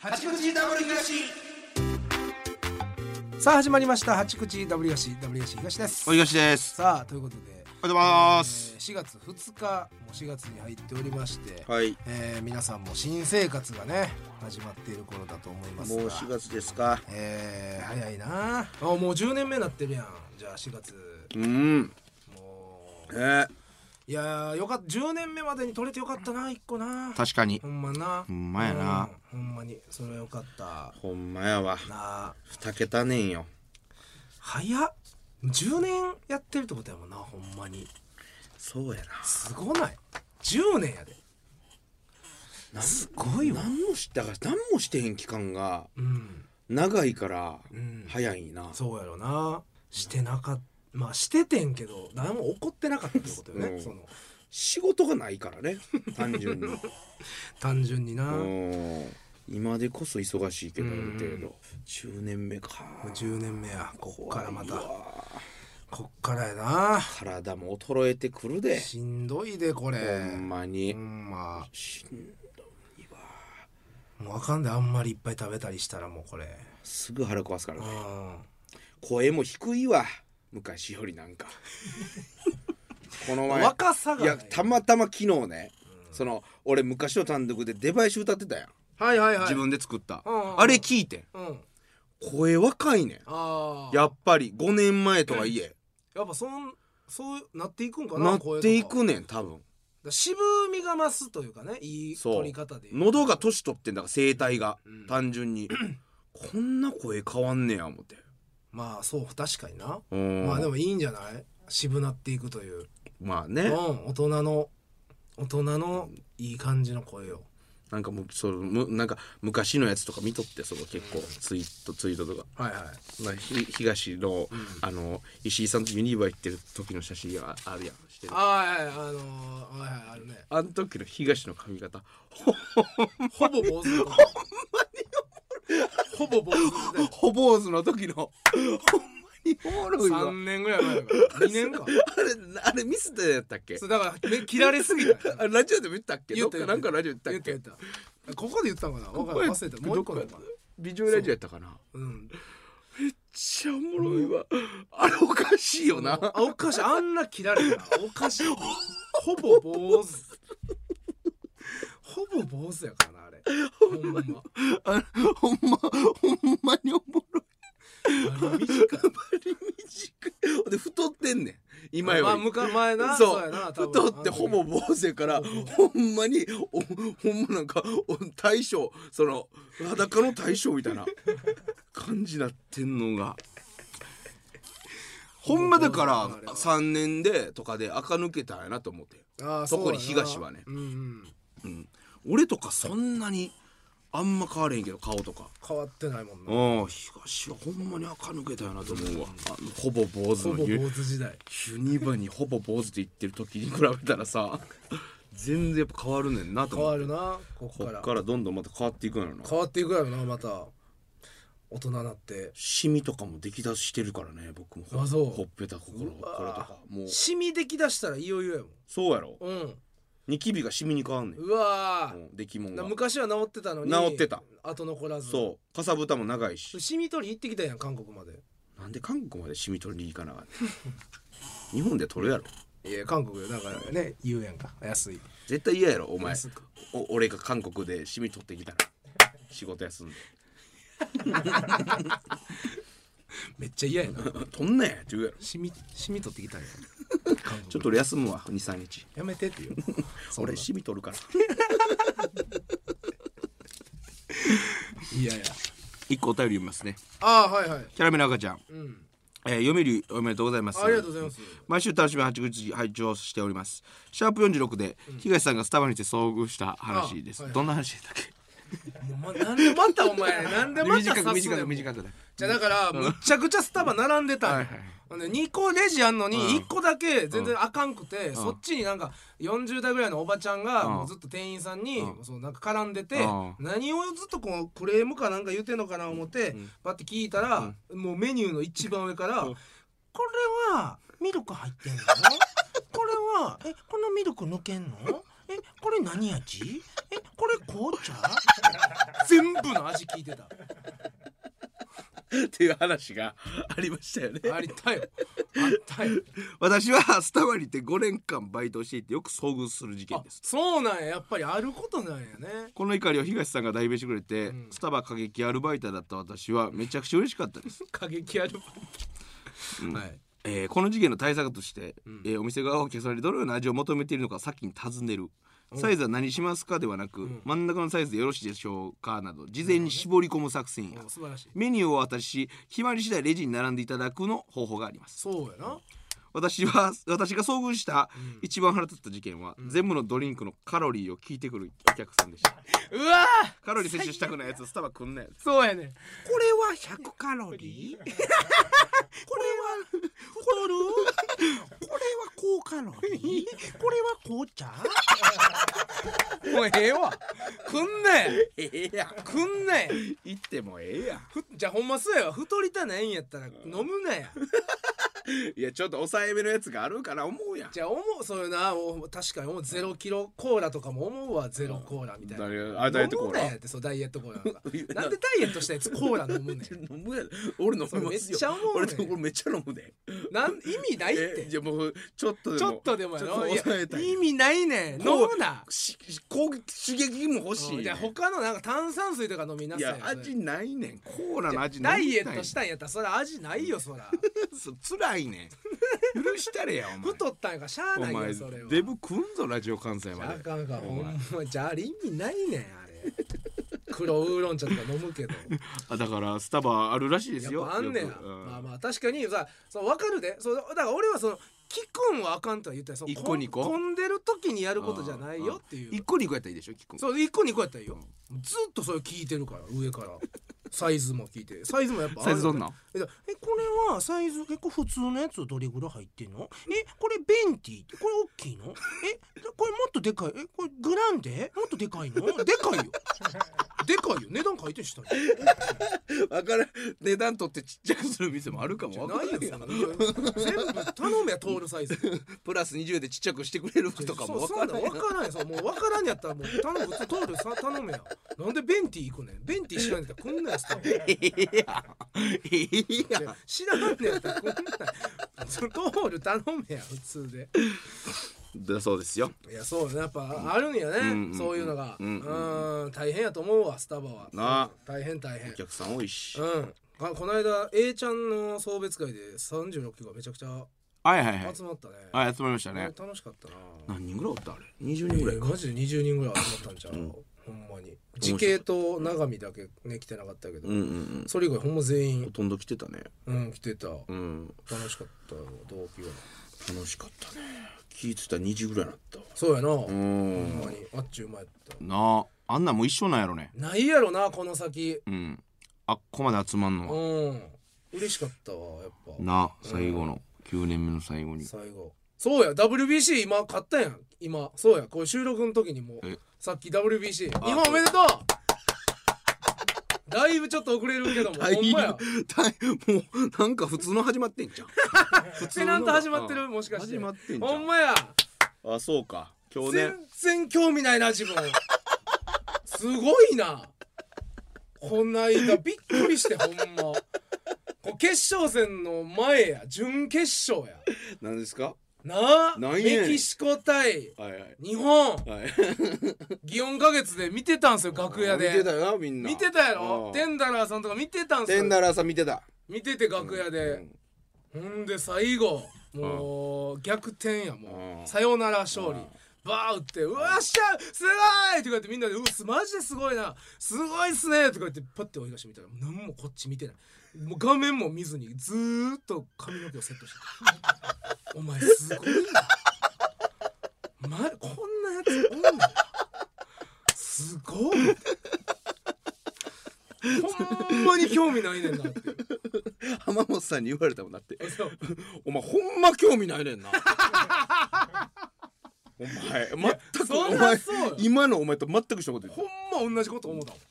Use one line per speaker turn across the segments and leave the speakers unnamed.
八口ダブル東さあ始まりました八口ダブル東ダブル東東です
お東です。
さあということで
おはようございます。
えー4月2日もう4月に入っておりまして、
はい。
えー皆さんも新生活がね始まっている頃だと思いますが
月ですか。
えー早いなあもう10年目になってるやんじゃあ4月
うん。
も
えー、
ういやーよかった10年目までに取れてよかったな1個な
確かに
ほ。んまな
ほんまやな
うんほんまにそれはよかった
ほんまやわ。
なあ
二桁年よ。
早っ10年やってるってことやもんなほんまに
そうや
すごない10年やで
な。
すごいわ
何もしだから何もしてへん期間が
うん
長いから
ん
早いな。
そうやろなしてなかっまあしててんけど何も起こってなかったってことよね、
うん
その
仕事がないからね。単 純に。
単純にな、
うん今でこそ忙しいけどある程
うん
度。10年目か。
もう10年目やこっからまた
怖いわ
こっからやな
体も衰えてくるで。
しんどいでこれ
ほんまに。
うんま
しんどいわ。
あもうあかんであんまりいっぱい食べたりしたらもうこれ
すぐ腹壊すから
う
ね
ん
声も低いわ昔よりな んかこの前
若さが
い
な
やたまたま昨日ね、その俺昔の単独でデバイス歌ってたやん、
はいはいはい
自分で作った、
うんうんうん
あれ聞いてん
うん
声若いねん
ああ
やっぱり5年前とはいえ、
やっぱそんそうなっていくんかな
なってい
こういうとこ
くねん多分
だ渋みが増すというかねいい
そう
取り方で
喉が年取ってんだから声帯が、
うん
単 純にこんな声変わんねや思って
まあそう確かにな、
うん
まあでもいいんじゃない渋なっていくという、
まあ
う
ね
ん、大人の大人のいい感じの声を
なんかもうそのむなんか昔のやつとか見とってその結構ツイートツイートとか
はいはい
まあ、ひ東の,、あの石井さんとユニバ行ってる時の写真があるやんしてるあ
あーはいはいあのー、はいはいあるね
の時の東の髪型
ほぼ坊主の時ほぼ坊主で
ほ坊主の時のほんまにおもろいわ
3年ぐらい前だから2年か
あれあれミスでやったっけ
そうだからね切られすぎた
あラジオでも言ったっけ
言った
どっかなんかラジオ言ったっ
言
け
った言ったここで言ったのかなわからん忘れたもう一個だ
ど
っ
っか
た
やビジュアルラジオやったかなめっ
うん
ちゃおもろいわ、あれおかしいよな
あおかしいあんな切られたらおかしいほぼ坊主ほぼ坊主やからなあれほんま
あほんま ほんまにおもろい
あれ短い
短いで太ってんねん今より、
まあむか前な
そう
やな多分
太ってほぼ坊主やからほんまにおほんまなんかお大将その裸の大将みたいな感じなってんのがほんまだ
ほん
か
まだなあれ
ら
は
3年でとかで垢抜けたんやなと思って
あー
そこに
そうやな
東はね
うんうん
俺とかそんなにあんま変われへんけど顔とか。
変わってないもんな
うん東はほんまに垢抜けたよなと思うわあのほぼ坊主
ほぼ
のユ
坊主時代
ユニバにほぼ坊主で言ってる時に比べたらさ全然やっぱ変わるねんなと
変
思
わ
って
るなここ
こ
か
っ
ら
からどんどんまた変わっていくんやろな
変わっていくやろなまた大人になって
シミとかも出来出してるからね僕も
あそう
ほっぺた心これとかもう
シミできだしたらいよいよや
そうやろ
もんうん
ニキビがシミに変わんねん
うわー
うん出来もん
だ
が
昔は治ってたのに
治ってた
後残らず
そうかさぶたも長いし
シミ取り行ってきたやん韓国まで
なんで韓国までシミ取りに行かなあかんね ん日本で取るやろ
いや韓国だからね言うやんか安い
絶対嫌やろお前
安く
お俺が韓国でシミ取ってきたら仕事休んで
めっちゃ嫌やな
取んねえって言うやろ
シミシミ取ってきたやん韓国
ちょっと俺休むわ23日
やめてって言う そんな
俺シミ取るから
いやいや
一個お便り読みますね
ああはいはい
キャラメル赤ちゃん、
うん
えー、読めるおめでとうございます
ありがとうございます
毎週楽しみに八口拝聴しておりますシャープ46で東さんがスタバにて遭遇した話です、
あはい
どんな話だっけ
もうまなんでまたお前なんでまた刺すね
短
ん
く短く短くだ
じゃあだからむっちゃくちゃスタバ並んでたんよ
はいはい
ほんで2個レジあんのに
うん
1個だけ全然あかんくて、そっちになんか40代ぐらいのおばちゃんが
うん
もうずっと店員さんに
う
そうなんか絡んでて、
うん
何をずっとこうクレームかなんか言うてんのかな思って、パッて聞いたら、もうメニューの一番上から「
うん
これはミルク入ってん のこれはえこのミルク抜けんのえこれ何味えこれ紅 茶全部の味聞いてた
っていう話がありましたよね
ありたよあったよ
私はスタバに行って5年間バイトしていてよく遭遇する事件
あ
です
そうなんややっぱりあることなんやね
この怒りを東さんが代弁してくれて、
うん
スタバ過激アルバイターだった私はめちゃくちゃ嬉しかったです、
過激ある、
うん
はい
えーこの事件の対策として、
うん
えーお店側は消されどのような味を求めているのか先に尋ねる
うん
サイズは何しますかではなく、
うん
真ん中のサイズでよろしいでしょうかなど事前に絞り込む作戦や、
うん素晴らしい
メニューを渡し決まり次第レジに並んでいただくの方法があります
そうやな、
私は私が遭遇した
うん
一番腹立った事件は、
うん
全部のドリンクのカロリーを聞いてくるお客さん でした
うわー
カロリー摂取したくないやつスタバくんなやつ
そうやね
これは100カロリ ーこれは 太るこれは高カロリーこれは紅茶
もうええわくんなや
ええやん
くんなや
言ってもええやん
ふじゃあほんまそうやわ太りたないんやったら飲むなや
いやちょっと抑えめのやつがあるから思うやん
じゃあ思うそういうなもう確かに思うゼロキロコーラとかも思うわゼロコーラみたいな
誰があダイエットコーラ
飲むなやってそうダイエットコーラと かなんでダイエットしたやつコーラ飲むねん
飲むやろ俺飲みますよ
めっちゃ思うね
俺俺めっちゃ飲むで
なん意味ないっ
え
て
じゃあもうちょっとでも
ちょっとでもや
ちょっと
ろいや
抑えたい
意味ないねん飲
こう
むな
しし攻撃刺激も欲しい、
うんじゃあ他のなんか炭酸水とか飲みないさいよ
や味ないねんコーラ
じ
の
ゃあ
味
ダ
ない
イ
ね
エ
ん
ットしたんやったらそら味ないよそ ら
そう辛いね ん許したれやお前
太ったんやからしゃあない
お前
よそれは
デブくんぞラジオ関西
じ
ま
ゃああ
で
かんかん
お
ほ
前
んまじゃああれ意味ないねんあれ黒ウーロン茶とか飲むけど
あだからスタバあるらしいです
や
よ
っぱあんねや
よくうん
まあまあ確かにさそう分かるでそうだから俺はその聞くんはあかんとは言ったよそう
一個二個
こん混んでる時にやることじゃないよっていう
一個二個やったらいいでしょ聞くん
そう一個二個やったらいいよずっとそれ聞いてるから上からサイズも聞いてサイズもやっぱあ
サイズどんなん
えこれはサイズ結構普通のやつどれぐらい入ってんのえこれベンティこれ大きいのえこれもっとでかいえこれグランデもっとでかいのでかいよでかいよ値段書いてしたり
わからん値段取ってちっちゃくする店もあるか
じゃ
もわ
な
か
い
ら
よ
んや
そんな全部頼めや通るサイズ
んプラス20でちっちゃくしてくれるとかもわ
そうそ
か
んな
らん
ん
や
わ
ん
からんよそうもうわからんやったらもう頼む普通通るさ頼めやなんでベンティ行くねんベンティ知らんやったらこんなやつ頼む
ええやんええやん
いや知らんねやったらこんなんそのトール頼めや普通で
だそうですよ
いやそうねやっぱあるんやね、
うん
そういうのがう,、
うんん
大変やと思うわスタバは
なあ
大変大変
お客さん多いし
うんあこの間 A ちゃんの送別会で36期がめちゃくちゃ
はいはいはい
集まったね、
はい集まりました
あれ
ね
楽しかったな
何人ぐらいおったあれ20人ぐらい
えーマジで20人ぐらい集まったんちゃう、ほんまに時系と長見だけね来てなかったけど、
うんうんうん
それ以外ほんま全
ほ
員、
とんど来てたね
うん、来てた
うん
楽しかったよ同期は
楽しかったね気ぃついたら2時ぐらいになったわ
そうやな、
う
ほん
ん
まにあっちゅうまやった
なああんなんもう一緒なんやろね
ないやろなこの先
うんあっこまで集まんのは
うん嬉しかったわやっぱ
なあ最後の9年目の最後に
最後そうや WBC 今買ったやん今そうやこれ収録の時にも
え
さっき WBC 日
あ
本おめでとう だいぶちょっと遅れるけども
大
ほんまや
もうなんか普通の始まってんじゃん普
ペナント始まってるもしかして
始まってんじゃ
ほ
ん
んまや
あそうか去
全
年
然興味ないな自分すごいなこないだびっくりしてほんまこう決勝戦の前や準決勝や
何ですか
なあ
なん
メ
やねん
キシコ対
はいはい
日本
はい
祇園花月で見てたんすよ楽屋で
見てたよなみんな
見てたやろ
うん
テンダラーさんとか見てたんす
テ
よ
ンダラーさん見てた
見てて楽屋で、ほんで最後もう逆転やも
うん
うさよなら勝利
うん
バー打って「うわっしゃすごい!」とか言ってみんなで「うわマジですごいなすごいっすね!」とか言ってパッて追い出してみたら何もこっち見てないもう画面も見ずにずーっと髪の毛をセットしてた お前すごいな、ま、こんなやつおんのすごいほんまに興味ないねんなっていう
浜本さんに言われたもんだって
そう
お前ほんま興味ない ねんなお前全く
そ
お
りゃ
前
そうよ
今のお前と全くしたこと言って
ほんま同じこと思うたもん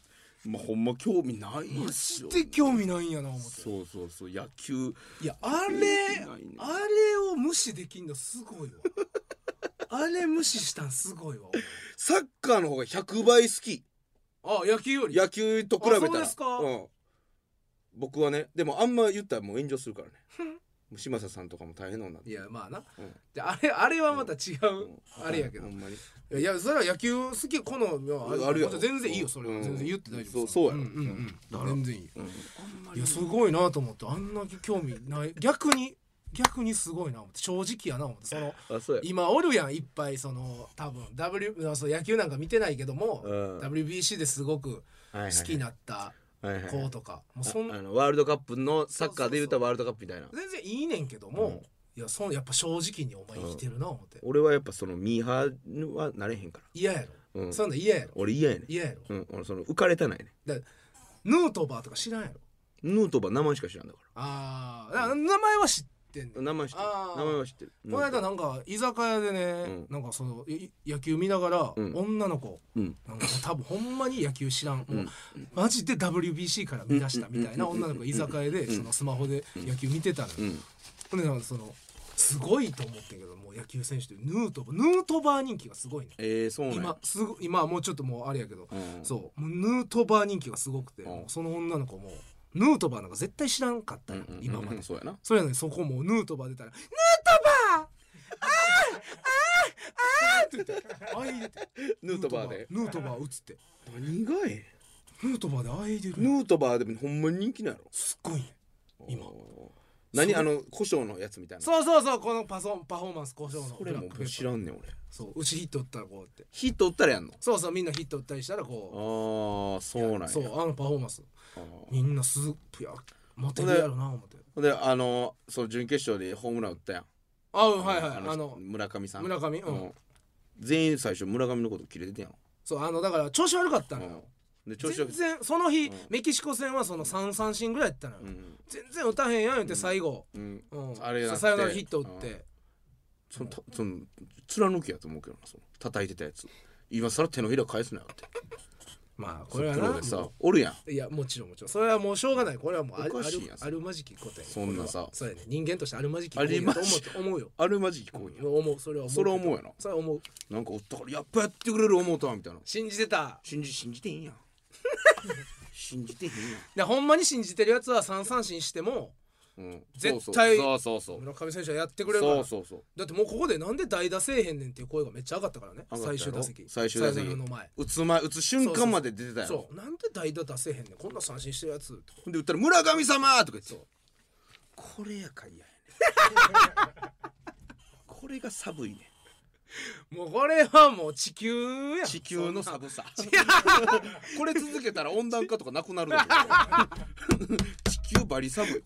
まあ、ほんま興味ないん
マ
す
ジ
よ
で興味ないんやな思って
そうそうそう野球
いやあれ
ない ね
あれを無視できんのすごいわああれ無視したんすごいわ
サッカーの方が100倍好き
あ野球より
野球と比べたら
あそうですか
うん、僕はねでもあんま言ったらもう炎上するからね もう嶋佐さんとかも大変な女
いやまあな、
うん
であれあれはまた違う、あれやけど
ほんまに
いやそれは野球好き好みは
あるよ
また全然いいよそれは、
うん
全然言って大丈夫
そうそうやろ
んん
だか
うん、
ら
全然いいよ
うん
いやすごいなと思ってあんな興味ない逆に逆にすごいな思って正直やな思ってその
あそうや
今おるやんいっぱいその多分 W そう野球なんか見てないけども、
うん
WBC ですごく好きになった
はいはいはい
子とか、もうそん
あのワールドカップのサッカーで言うたらワールドカップみたいな
全然いいねんけども、
うん
いやそんやっぱ正直にお前生きてるな思って
俺はやっぱそのミーハーはなれへんか
嫌やろ、
うん
そんなん嫌やろ
ら俺嫌やねん
嫌やろ
うん俺その浮かれたないね
ヌートバーとか知らんやろ
ヌートバー名前しか知らんだか
あーだから名前は知ってんね
ら
ん
名前知ってる
あー
名前は知ってる
この間なんか居酒屋でね、
うん
なんかそのい野球見ながら、
うん
女の子
うん
なんかもう多分ほんまに野球知らん、もうんマジで WBC から見出したみたいな女の子が居酒屋でそのスマホで野球見てたのよ、
うん
ほんでなんかそのすごいと思ってんけどもう野球選手でヌートバーヌートバー人気がすごいね
ええそうなん
今
や
すご今はもうちょっともうあれやけど、
うん
そうもうヌートバー人気がすごくて、
うん
もうその女の子もヌートバーなんか絶対知らんかった
うん
よ、
うんうん
今まで、
うんそうやな
それやのにそこもうヌートバー出たら「ヌートバーあーあーあー」って言ってあいでて
ヌートバーで
ヌートバー打つって
何がええ
ヌートバーであいでる
ヌートバーでもほんまに人気なんやろ
すっごいね今
おー何
そ
あの胡椒のやつみたいな
そうそうそうこのパソパフォーマンス交渉の
これも
ブラックペッパー
知らんねん俺
そううちヒット打ったらこうって
火取ったらやんの
そうそうみんなヒット打ったりしたらこ
ああそうなん
う
や
そうあのパフォーマンス
あー
みんなすっいやモテるやろな思って
ほんであのその準決勝でホームラン打ったやん
あうんはいはいあの
村上さん
村上うん
う全員最初村上のこと切れてたやん、
そうあのだから調子悪かったのよ
うん、で調子よ
全
く
然その日、
うん
メキシコ戦はその3三振ぐらいやったのよ、
うん
全然打たへんやん言って最後、
うん
うん
あれやって
さよならヒット打って、
そのたその貫きやと思うけどなその叩いてたやつ今さら手のひら返すなよって
まあこ
プ
れはな
ロでさおるやん
いやもちろんもちろんそれはもうしょうがないこれはもうあ
お
る
か
あ
し
る
いやん
あるまじきことやね
そんなさ
これはそうやね人間としてあるまじき行為やと思うと思うよ
あるまじき行為や
思うそれは思う
それ思うやな
それは思う
なんかおったからやっぱやってくれる思うたわみたいな
信じてた
信じ信じてへ んやん信じてへん
でほんまに信じてるやつは三三振しても
やん、うん、
絶対
そうそうそうそう
村上選手はやってくれるから
そうそうそう
だってもうここでなんで代打せえへんねんっていう声がめっちゃ上がったからね
上がった
最
や
終
ろ
打席
最終打席
サヨナラの前
打つ前打つ瞬間まで出てたやん
そうなんで代打出せへんねんこんな三振してるやつって
ほんで打ったら「村神様!」とか言ってこれやかいやねこれが寒いね
もうこれはもう地球やん
地球の寒さ
そんな
これ続けたら温暖化とかなくなるだろ 地球バリ寒い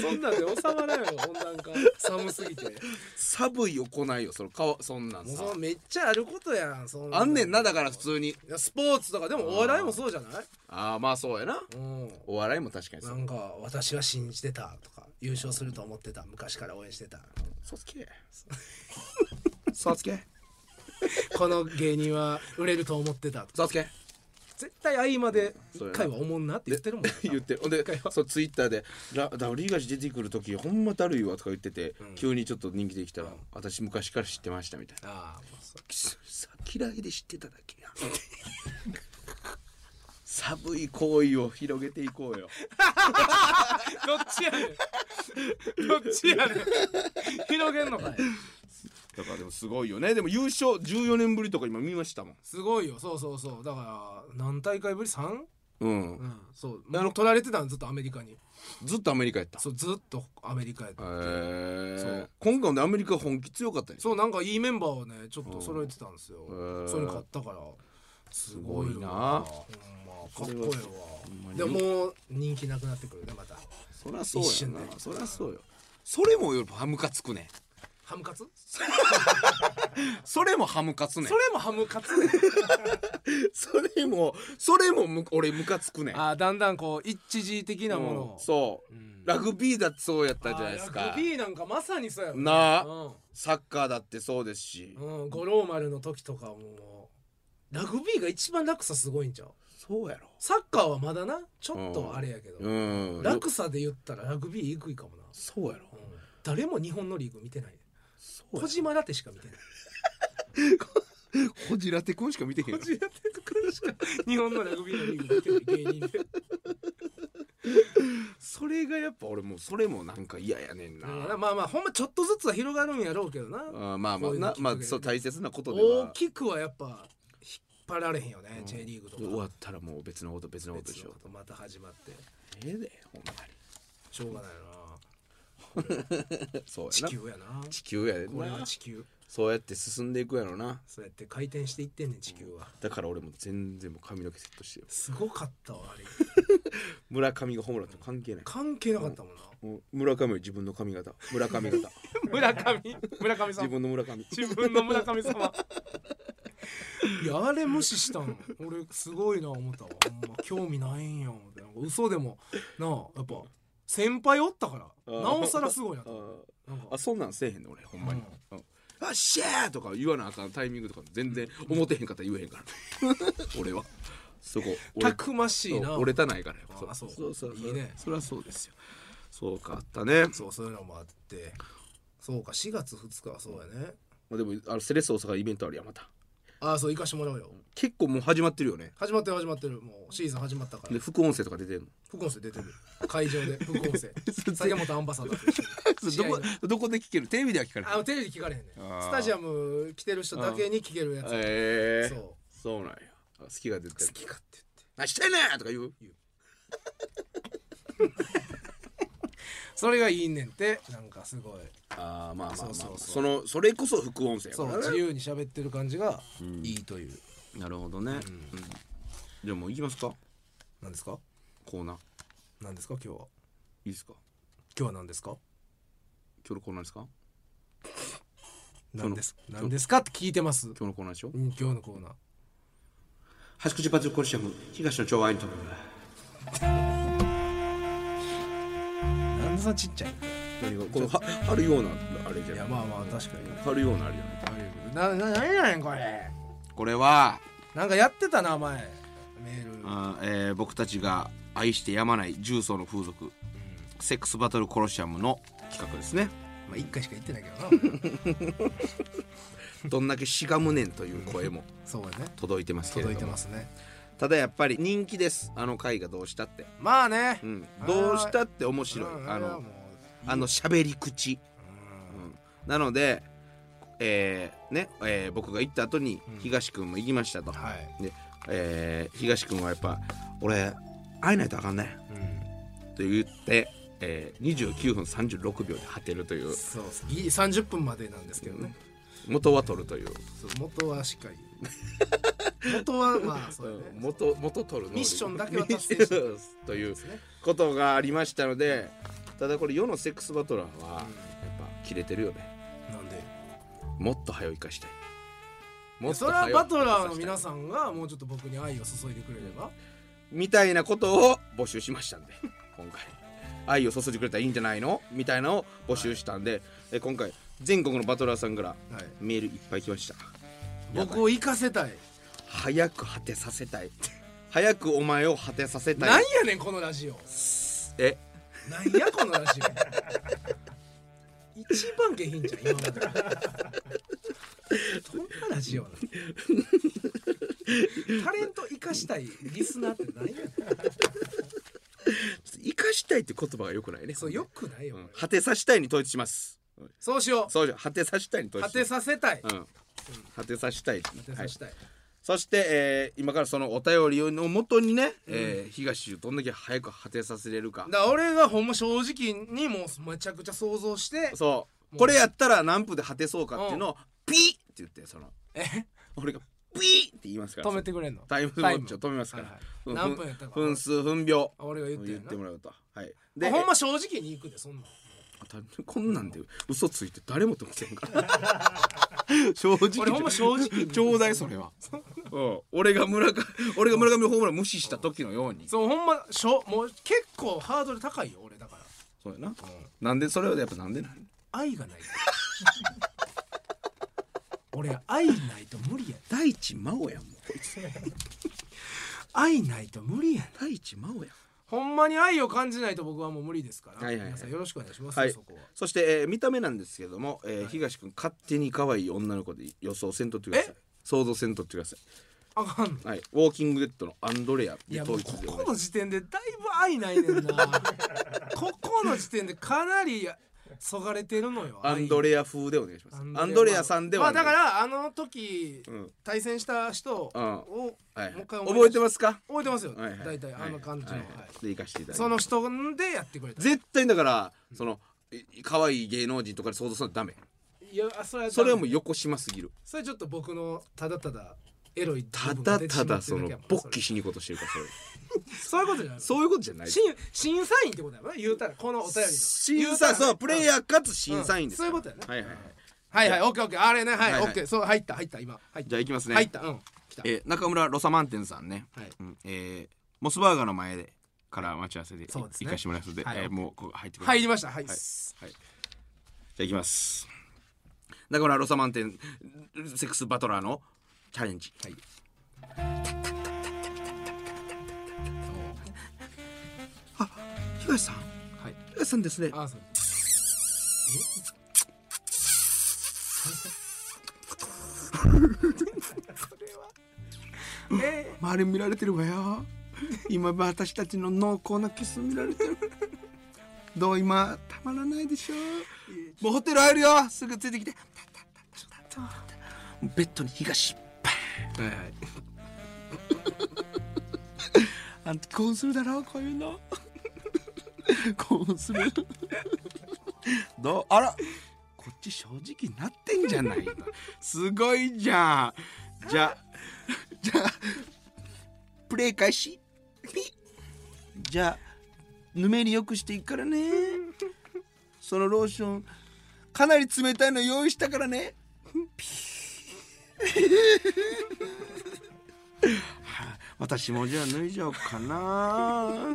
そんなんで収まらんよ温暖化寒すぎても
寒い行いよそのかわそんなん
う
さ
そのめっちゃあることやんそん
あんねんなだから普通に
いやスポーツとかでもお笑いもそうじゃない
ああまあそうやな
うん
お笑いも確かにそ
な
うん
か私は信じてたとか優勝すると思ってた昔から応援してた
そつけそつけ
この芸人は売れると思ってたとか
そつけ
絶対合間で一回はおもんなって言ってるもんな
言ってるほんでそうツイッターで「ラダブリーガジ出てくる時ほんまだるいわ」とか言ってて、急にちょっと人気できたら「私昔から知ってました」み たいな
ああもうそう
「さ嫌いで知ってただけや」 寒い行為を広げていこうよ
どっちやねんどっちやねん広げんのかい
だからでもすごいよねでも優勝14年ぶりとか今見ましたもん
すごいよそうそうそうだから何大会ぶり 3?
うん、
うんそうあの取られてたのずっとアメリカに
ずっとアメリカやった
そうずっとアメリカやった
へー
そう
今回もねアメリカ本気強かったね
そうなんかいいメンバーをねちょっと揃えてたんですよ
ー
それに勝ったからすごい
すごいな
なほんまかっこ
そ
ええわ
に
でももう人気なくなってくるねまた
そりゃそう
一
や
瞬
な
で
そりゃそうよそれもやっぱハムカつくね
ハムカツ
それもハムカつね
それもハムカツね
それもそれもむ俺ムカつくね
あーだんだんこう一時的なもの
う
を
んそう、
ん
ラグビーだってそうやったじゃないです
あー
か
ラグビーなんかまさにそうやろ
なあ、
うん
サッカーだってそうですし、
うん、五郎丸の時とかもラグビーが一番落差すごいんちゃう
そうやろ
サッカーはまだなちょっとあれやけど、
うん
落差で言ったらラグビー行くいかもな、
そうやろ
うん誰も日本のリーグ見てない
そうや
小島ラテしか見 てない
こじらてくんしか見てへん
こ
よ
じらてくるしか日本のラグビーのリーグ見てない芸人 で
それがやっぱ俺もうそれもなんか嫌やねんな、
うんまあまあほんまちょっとずつは広がるんやろうけどな
あーまあま
こ
あ
ういうの
な
きっかけ
まあ
でね
そう大切なことで
大
は
きくはやっぱ引っ張られへんよね、
うん
J リーグとか
終わったらもう別のこと別のことで
別
し
の
ょ
ことまた始まって
ええでほんま
しょうがないよな
にそ う
地
やな
球やな
地球やで
これは
な
地球
そうやって進んでいくやろな
そうやって回転していってんねん地球は
だから俺も全然もう髪の毛セットしてよ
すごかったわあれ
村上がホームランと関係ない
関係なかったもんな
もう村上より自分の髪型村上型
村上村上
自分の村上
自分の村上様 いやあれ無視したん俺すごいな思ったわほんま興味ないんや思ってなんか嘘でもなあやっぱ先輩おったからなおさらすごいな
あ
と思っ
ー
たなんか
あそんなんせえへんの俺ほんまに、うんあっしゃーとか言わなあかんタイミングとか全然思ってへんかったら言えへ んから俺はそこ俺
たくましいな
折れたないからやっぱ
あそう
そうそう
いいね
そりゃそうですよそうかあったね、
そうそういうのもあってそうか4月2日はそうやね
まあ、でもあのセレッソ大阪イベントあるやんまた
ああそう行かしてもらうよ
結構もう始まってるよね
始まってる始まってるもうシーズン始まったから
で副音声とか出てんの
副音声出てる会場 で副音声酒本アンバサダーと一緒に
どこどこで聞けるテレビでは聞かれへん
あのテレビで聞かれへんね
あー
スタジアム来てる人だけに聞けるやつ
え
そ
ー、
う
そうなんやあ好きが出てる
好きかって
「あしてんねん!」とか言う
言ってそれがいいねんってなんかすごい
ああまあまあまあ、まあ、
そうそうそう
そのそれこそ副音声やか
そう
らね
自由に喋ってる感じがいいという
なるほどね、うんじゃあもう行きますか
なんですか
コーナー
なんですか今日はい
いですか
今日は何ですか
今日のコーナーですか日の
何です何ですかって聞いてますうん
今日のコーナーでしょ
今日のコーナー
端口パズルコリシアム東の超愛のとこ
なんでそんなちっちゃい
何がこのは貼るようなあれじ
いや
ゃん
まあまあ確かに
貼るようなあれじゃない
なな何やねんこれ
これは
なんかやってたな前メール
あー、えー僕たちが愛してやまない重曹の風俗、セックスバトルコロシアムの企画ですね
まあ一回しか言ってないけどな
どんだけしがむねんという声も
そうやね
届いてますけれ
届
ど
いて
も
ますね
ただやっぱり人気ですあの回がどうしたって、
まあね
うん
あ、ー
どうしたって面白い
うん
あ
れは
の
もう
あの喋り口、うんなので、えーねえー僕が行った後に東君も行きましたと、
はい
でえー東君はやっぱ「俺会えないとあかんね
うん」
と言って、えー29分36秒で果てるという
そうですいい30分までなんですけどね
元は取るという
そう元はしっか り元はまあそうやね
うん元元取る能力
ミッションだけは達 成した
という
そうですね
ことがありましたのでただこれ世のセックスバトラーはやっぱ切れてるよね
なんで
もっと早い生かしたいもっと
それは
早う
バ
生か
ト
したい
ラーの皆さんがもうちょっと僕に愛を注いでくれれば
みたいなことを募集しましたんで 今回愛を注いでくれたらいいんじゃないのみたいなのを募集したんで、え今回全国のバトラーさんから
はい
メールいっぱい来ましたやばい
僕を生かせたい
早く果てさせたい早くお前を果てさせたい
なんやねんこのラジオ
え
なんやこのラジオ一番下品じゃん今までどんなラジオなのタレント生かしたいリスナーって何やねん
生かしたいって言葉がよくないね
そうよくないよ、
うん
これ
果てさせたいに統一します
そうしよう
そうじゃ果てさせたいに統
果
一しま
て
す
させたい、
うん果てさせたい
果て
は
さ
い
せたい、
そして、えー今からそのお便りのもとにね、えー東をどんだけ早く果てさせれるか
だから俺がほんま正直にもうめちゃくちゃ想像して
そうこれやったら何分で果てそうかっていうのをピーって言ってその
え
俺がピーって言いますから
止めてくれんの
タイムウォッチを止めます
は
か
い
ら、
はい
うん
何分やったか
分数分秒
あ俺が言って
言っ
ん
て
な
もらうとはい
あほんま正直に行くでそんなん
あたこんなんで嘘ついて誰も得てんから 正直
俺ほんま正直に
ちょうだいそれは うん俺が村上俺が村上のホームラン無視した時のように
そうほんましょもう結構ハードル高いよ俺だから
そうやななんでそれはやっぱなんでなん
愛がない俺愛ないと無理や
大地真央やんもう
愛ないと無理や
大地真央やん
ほんまに愛を感じないと僕はもう無理ですから、
はいはいはい
皆さんよろしくお願いします、
はい
そこは
そして、えー見た目なんですけども、えー
はい
東君勝手に可愛い女の子で予想せんとってください想像せんとってくださ
あかんの
い、はい、ウォーキングデッドのアンドレア
いやもう
統一
こ
でお願
こ
い
の時点でだいぶ愛ないねんなここの時点でかなりそがれてるのよ
アンド
レ
レア風でお願いしますアンドレアさんでは
ま
ない
あ、まあだからあの時
うん
対戦した人を
うん
覚
はい
もう一回思い出
覚えてますか
えてますよ、
はいはい
大体あの感じの、
はい
はい
はいで行かしていただきます
その人でやってくれた
絶対だからそのい可愛い芸能人とかで想像するのダメ
いやあそれは
それはもう
う
横島すぎる
それちょっと僕のただただエロい部
た
分が
だ
出て
た
しま
だ
って
そ
る
の
けやもん
勃起しに行こうとしてるからそれ
それそういうことじゃない
そういうことじゃない
審審査員ってことやもんな言うたらこのお便りの
審査そうプレイ
ー
ヤーかつ審査員です
そう
か
い
ら
うことやな
はいはいはい
はいはいオッケーオッケーあれねはい
はい
オ
はい
ッケーそう入った入った今入っ
じゃあ行きます
た
ね
入ったうん来た
えー中村ロサマンテンさんね、
はい
うんえーモスバーガーの前でから待ち合わせでい
そうですね
行かしてもらいますので、
はい
えーもうここ入ってください
入りましたはい
はいじゃあ行きますだからロサマンテンセックスバトラーのチャレンジはいあ東さん
はい
東さんですね
あそうえ それはえ
周り見られてるわよ今私たちの濃厚なキス見られてるどう今たまらないでしょもうホテル入るよすぐついてきてベッドに東
はいはい
あんた興奮するだろうこういうの興奮するどうあらこっち正直になってんじゃないのすごいじゃんじゃあじゃあプレイ開始ピッじゃあぬめりよくしていくからねそのローションかなり冷たいの用意したからねはい私もじゃあ脱いじゃおうかな。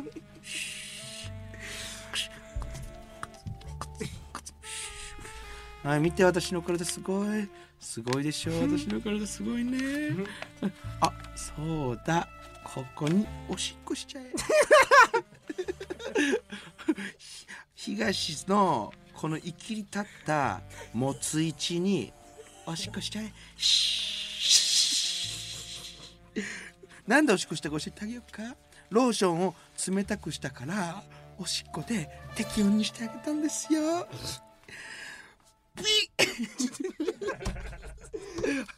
はい、見て私の体すごい。すごいでしょ私の体すごいね。あ、そうだ。ここにおしっこしちゃえ。 ひ東のこのいきり立ったもついちにおしっこしちゃえ。なんでおしっこしたか教えてあげようかローションを冷たくしたからおしっこで適温にしてあげたんです よピ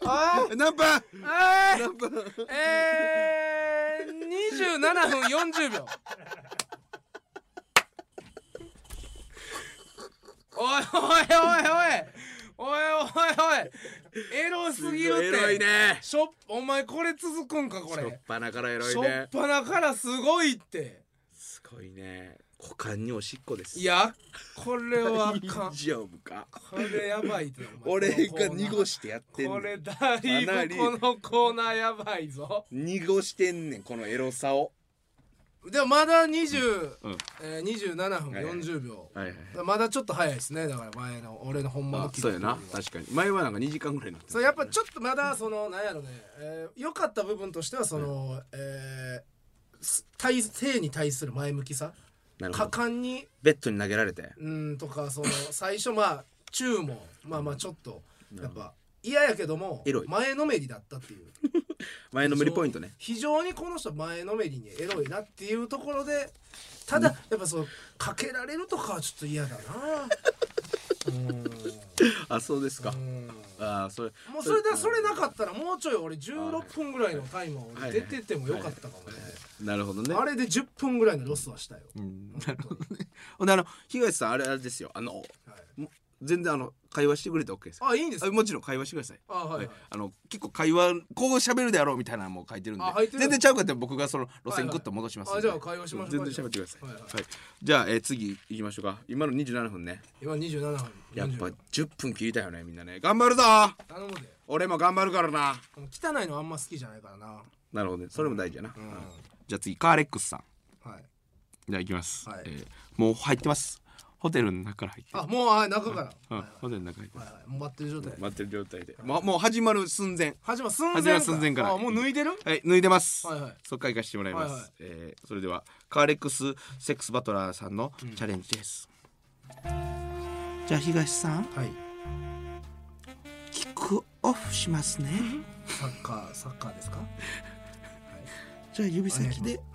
あ
ッ何番
ーあー
何番
えー、27分40秒おいおいおいおいおいおいおいエロすぎるって
エロいね
しょっお前これ続くんかこ
しょっ
れ
ぱなからエロ
し
い
ょっ
ね
ぱなからすごいって
すごいね股間におしっこです
いやこれはあかん
大丈夫か
これやばいってお前
俺が
このコーナー
濁してやって
こ
んね
れ
ん
だ
かないり
ぶこのコーナーやばいぞ
濁してんねんこのエロさを
でもまだ20、
うん
えー、27分
はいはい
40秒、
はいはい
まだちょっと早いですねだから前の俺の本物
確かに前はなんか2時間ぐらいになって
そうやっぱちょっとまだそのなんやろねえー良、かった部分としてはその、えーす体性に対する前向きさ
なる
果
ほど
敢に
ベッドに投げられて
うんとか その最初まあ中もまあまあちょっとやっぱ嫌やけども
エロい
前のめりだったっていう
前のめりポイントね
非常にこの人前のめりにエロいなっていうところでただやっぱそうかけられるとかはちょっと嫌だなうん
あそうですか
うん
ああそれ
もうそれだそれなかったらもうちょい俺16分ぐらいのタイマー
は
俺
い
出ててもよかったかもね
なるほどね
あれで10分ぐらいのロスはしたよ
うん
本当に
ほんであの東さんあれあれですよあの
はい
も全然あの会話してくれて OK です
あいいんです
あ
か
もちろん会話してください
あはいはい
はいあの結構会話こう喋るであろうみたいなのも書いてるんで
あ書いてる
全然ちゃうかって僕がその路線グッと戻しますんで
あじゃあ会話しましょ
全
う
然喋ってください
は
はいい
はい
じゃあえー次行きましょうか今の27分ね
今27分
やっぱ
40
10分切りたいよねみんなね頑張るぞ
頼むで
俺も頑張るからな
この汚いのあんま好きじゃないからな
なるほどねそれも大事やな、
うん
じゃあ次カーレックスさん
はい
じゃあ行きます、
はい
えーもう入ってますホテルの中から入ってる
あもうはい中から、
うん
はいは
ホテルの中入って
いは
る
いはい、もう待ってる状態、
待ってる状態でもうもう始まる寸前
始まる寸前
始まる寸前から
あもう脱いでる
はい脱いでます、
はいはい
そっから行かしてもらいます、
はいはい
えーそれではカーレックスセックスバトラーさんのチャレンジです、じゃあ東さん
はい
キックオフしますね
サッカーサッカーですか
じゃあ指
は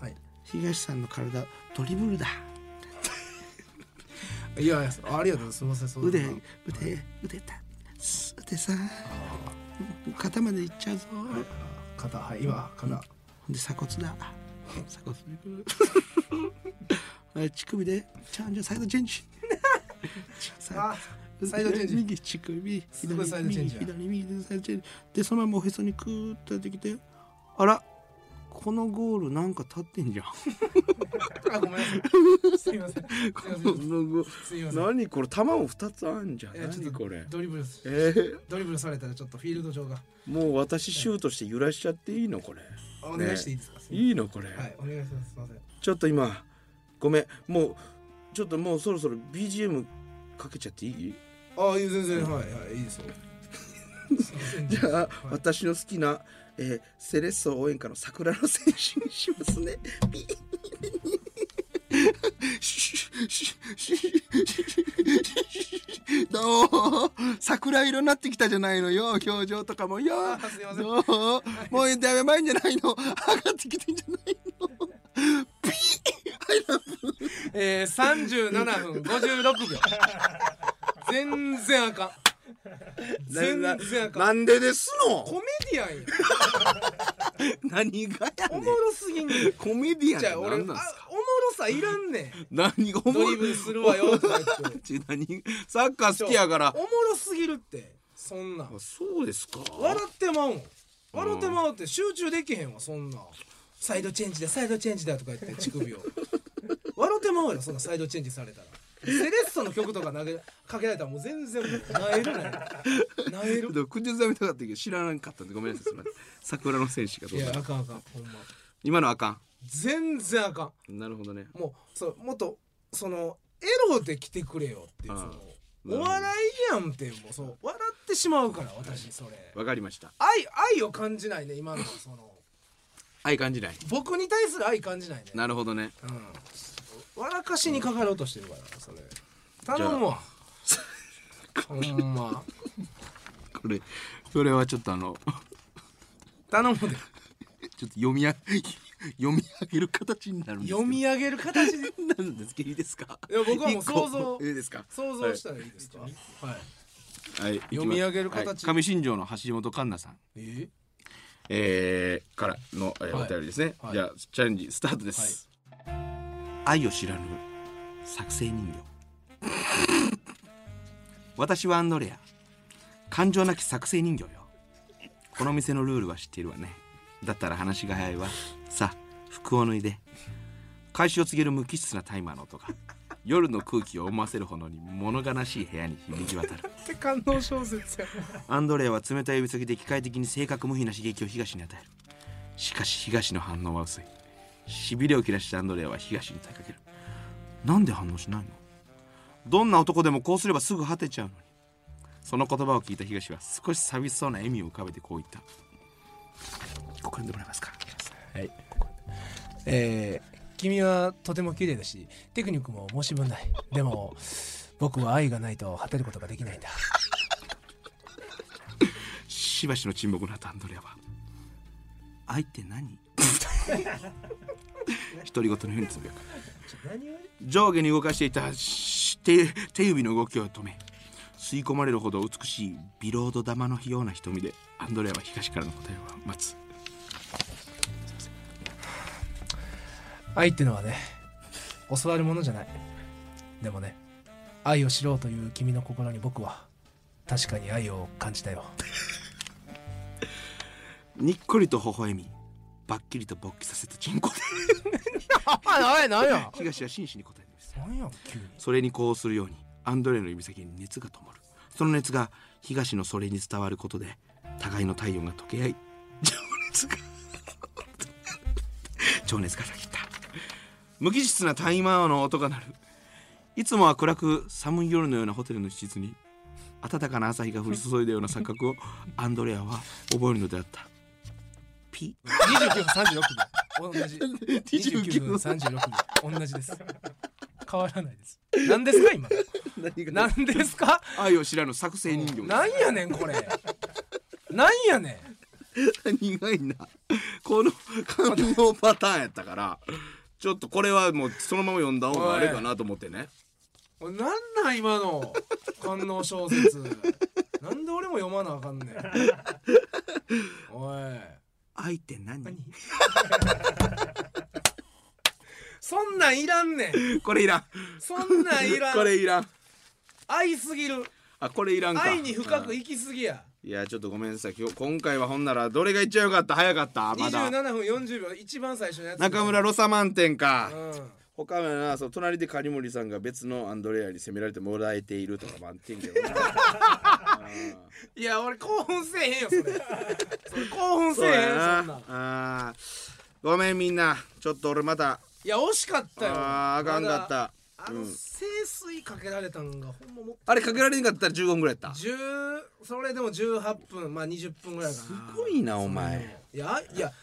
い
東さんの体ドリブルだ
いやいやありがとうございますすみませんそう
腕腕腕ださてさ肩までいっちゃうぞ
肩はい今肩
で鎖骨だ鎖骨はい乳首でじゃんじゃんサイドチェンジ
あサイドチェンジ
右乳首
すごいサイドチェンジや
左右左右サイドチェンジでそのままおへそにクーッとやってきてあらこのゴールなんか立ってんじゃ ん
あごめんなさいすみませんすみませんすみません
何これ球も2つあんじゃん
いやちょっとドリブル
えー
ドリブルされたらちょっとフィールド上が
もう私シュートして揺らしちゃっていいのこれ
お願いしていいですか、
いいのこれ、
はいお願いしますすみません
ちょっと今ごめんもうちょっともうそろそろ BGM かけちゃっていい
ああ、いい全然、はい、はい、いいですよ。
じゃあ、
い
私の好きな、えーセレッソ応援歌の桜の戦士にしますねピーどう桜色になってきたじゃないのよ表情とかもよ
あすいません
どうもうやばいんじゃないの上がってきてんじゃないのピー
ええ、三十七分五十六 秒。全然あかん。全然あかん。
なんでですの
コメディアンや。
何がや
おもろすぎんねん。
コメディアン
じゃあ、俺、あお
何
も
なん
ろ
すか
さいらんねん。
何がおも
ド
ろ
リブルするわよ。とか言って
ち何サッカー好きやから
おもろすぎるって。そんな
あ。そうですか
笑ってまうもん。笑ってまうって集中できへんわ、そんな。サイドチェンジだ、サイドチェンジだとか言って、乳 首を。笑ってまうよ、そんなサイドチェンジされたら。セレッソの曲とか投げかけられたらもう全然もうなえる ね。なえる。
でも口ずさみたかったけど知らなかったんでごめんなさいすいません桜の戦士がど
いうや、
だ
あかんあかん、ほんま。
今のあか
全然あか
んなるほどね
ん。もう、そう、もっと、その、エロで来てくれよっていう、
あ
そ
あ
の、お笑いやんって、もう、そう、笑ってしまうから、私、それ。
わかりました
愛、愛を感じないね、今の、その、
愛感じない
僕に対する愛感じないね。
なるほどね
うん笑かしにかかろうとしてるからそれ頼むわほんま
これこれはちょっとあの
頼むで
ちょっと読み上げ 読み上げる形になるんですけど
読み上げる形 で
なんですけどいいですか
いや僕はもう
一個
想像
いいですか
想像したらいいですかはい
はい、
読み上げる形
はい上新庄の橋本環奈さん
え
えー、からの、えー
はい
お便りですね、
はい
じゃあチャレンジスタートです、愛を知らぬ作成人形 私はアンドレア感情なき作成人形よこの店のルールは知っているわねだったら話が早いわさあ服を脱いで開始を告げる無機質なタイマーの音が夜の空気を思わせるほどに物悲しい部屋に響き渡る
って感動小説や
アンドレアは冷たい指先で機械的に性格無比な刺激を東に与えるしかし東の反応は薄いしびれを切らしたアンドレアは東に問いかけるなんで反応しないのどんな男でもこうすればすぐ果てちゃうのにその言葉を聞いた東は少し寂しそうな笑みを浮かべてこう言ったここ読んでもらえますかはい
えー君はとても綺麗だしテクニックも申し分ないでも僕は愛がないと果てることができないんだ
しばしの沈黙の後アンドレアは「愛って 何? 」独り言のようにつぶやく
何を
上下に動かしていたし手手指の動きを止め吸い込まれるほど美しいビロード玉のような瞳でアンドレアは東からの答えを待つ
愛ってのはね教わるものじゃないでもね愛を知ろうという君の心に僕は確かに愛を感じたよ
にっこりと微笑みばっきりと勃起させた 人工で
あい何や
東は真摯に答えてみせる
何や急に
それにこうするようにアンドレアの指先に熱が灯るその熱が東のそれに伝わることで互いの体温が溶け合い情熱が 情熱が先った無機質なタイマーの音が鳴るいつもは暗く寒い夜のようなホテルの一室に暖かな朝日が降り注いだような錯覚をアンドレアは覚えるのであったピ
29分36秒同じ29
29
分
分
36秒同じです変わらないです何ですか今
な
何ですか
愛を知らぬ作成人形です
なんやねんこれなんやね
苦いなこの感動パターンやったからちょっとこれはもうそのまま読んだ方があれかなと思ってね
んなんなん今 の官能小説なんで俺も読まなあかんねんおい
愛って何
そんなんいらんねん
これいらん
そんなんいら
こ
ん
れいらん
愛すぎる
あこれいらんか
愛に深く
い
行きすぎや
やちょっとごめんなさい今日今回はほんならどれがいっちゃよかった早かったま
27
だ
分40秒一番最初のやつ
中村ロサマン店か、
うん
他はなそう隣で狩森さんが別のアンドレアに責められてもらえているとか満点けどなうん
いや俺興奮せえへん よそれ それ興奮せ
そ
え
う
へん
や
よそんなん
なあーごめんみんなちょっと俺また
いや惜しかったよ
あーあかんかったた
あ
う
の
ん
清水かけられたんがほんまもっ
あれかけられんかったら15分ぐらいやった
10それでも18分まあ20分ぐらいかなす
ごいなお前
いやいやあ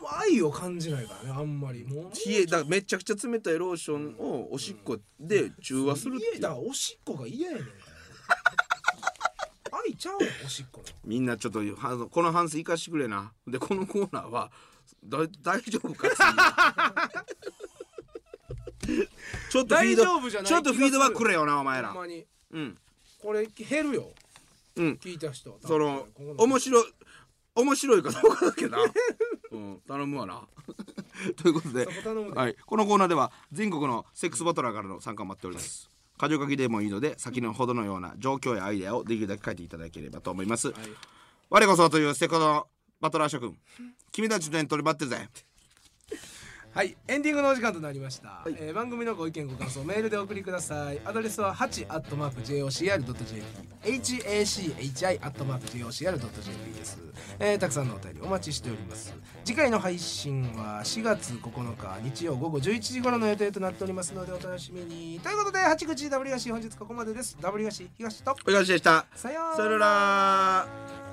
もう愛を感じないからねあんまりもう
冷えだからめちゃくちゃ冷たいローションをおしっこで中和するって
家
い
だ
う
からおしっこが嫌やねんから愛ちゃうやんおしっこの
みんなちょっとあのこの反省生かしてくれなでこのコーナーはだ大丈夫かっていう ちょっとフィード
大丈夫じゃない
ちょっとフィードバッ
気がす
ク
る
くれよなお前ら
ほんまに
うん
これ減るよ
うん
聞いた人
その
ここ
面白い面白いかどうかだ けどな、うん、頼むわな ということで
そこ頼むで
はい、このコーナーでは全国のセックスバトラーからの参加を待っております箇条書きでもいいので先のほどのような状況やアイデアをできるだけ書いていただければと思います、
はい
我こそというセコのバトラー諸君君たちのエントリー待ってるぜ
はい、エンディングのお時間となりました、えー番組のご意見ご感想メールでお送りくださいアドレスは 8-jocr.jp hachi-jocr.jp です、えーたくさんのお便りお待ちしております次回の配信は4月9日日曜午後11時頃の予定となっておりますのでお楽しみにということで八口 W がし本日ここまでです W がし東と
お疲れ様でした
さよう
さよなら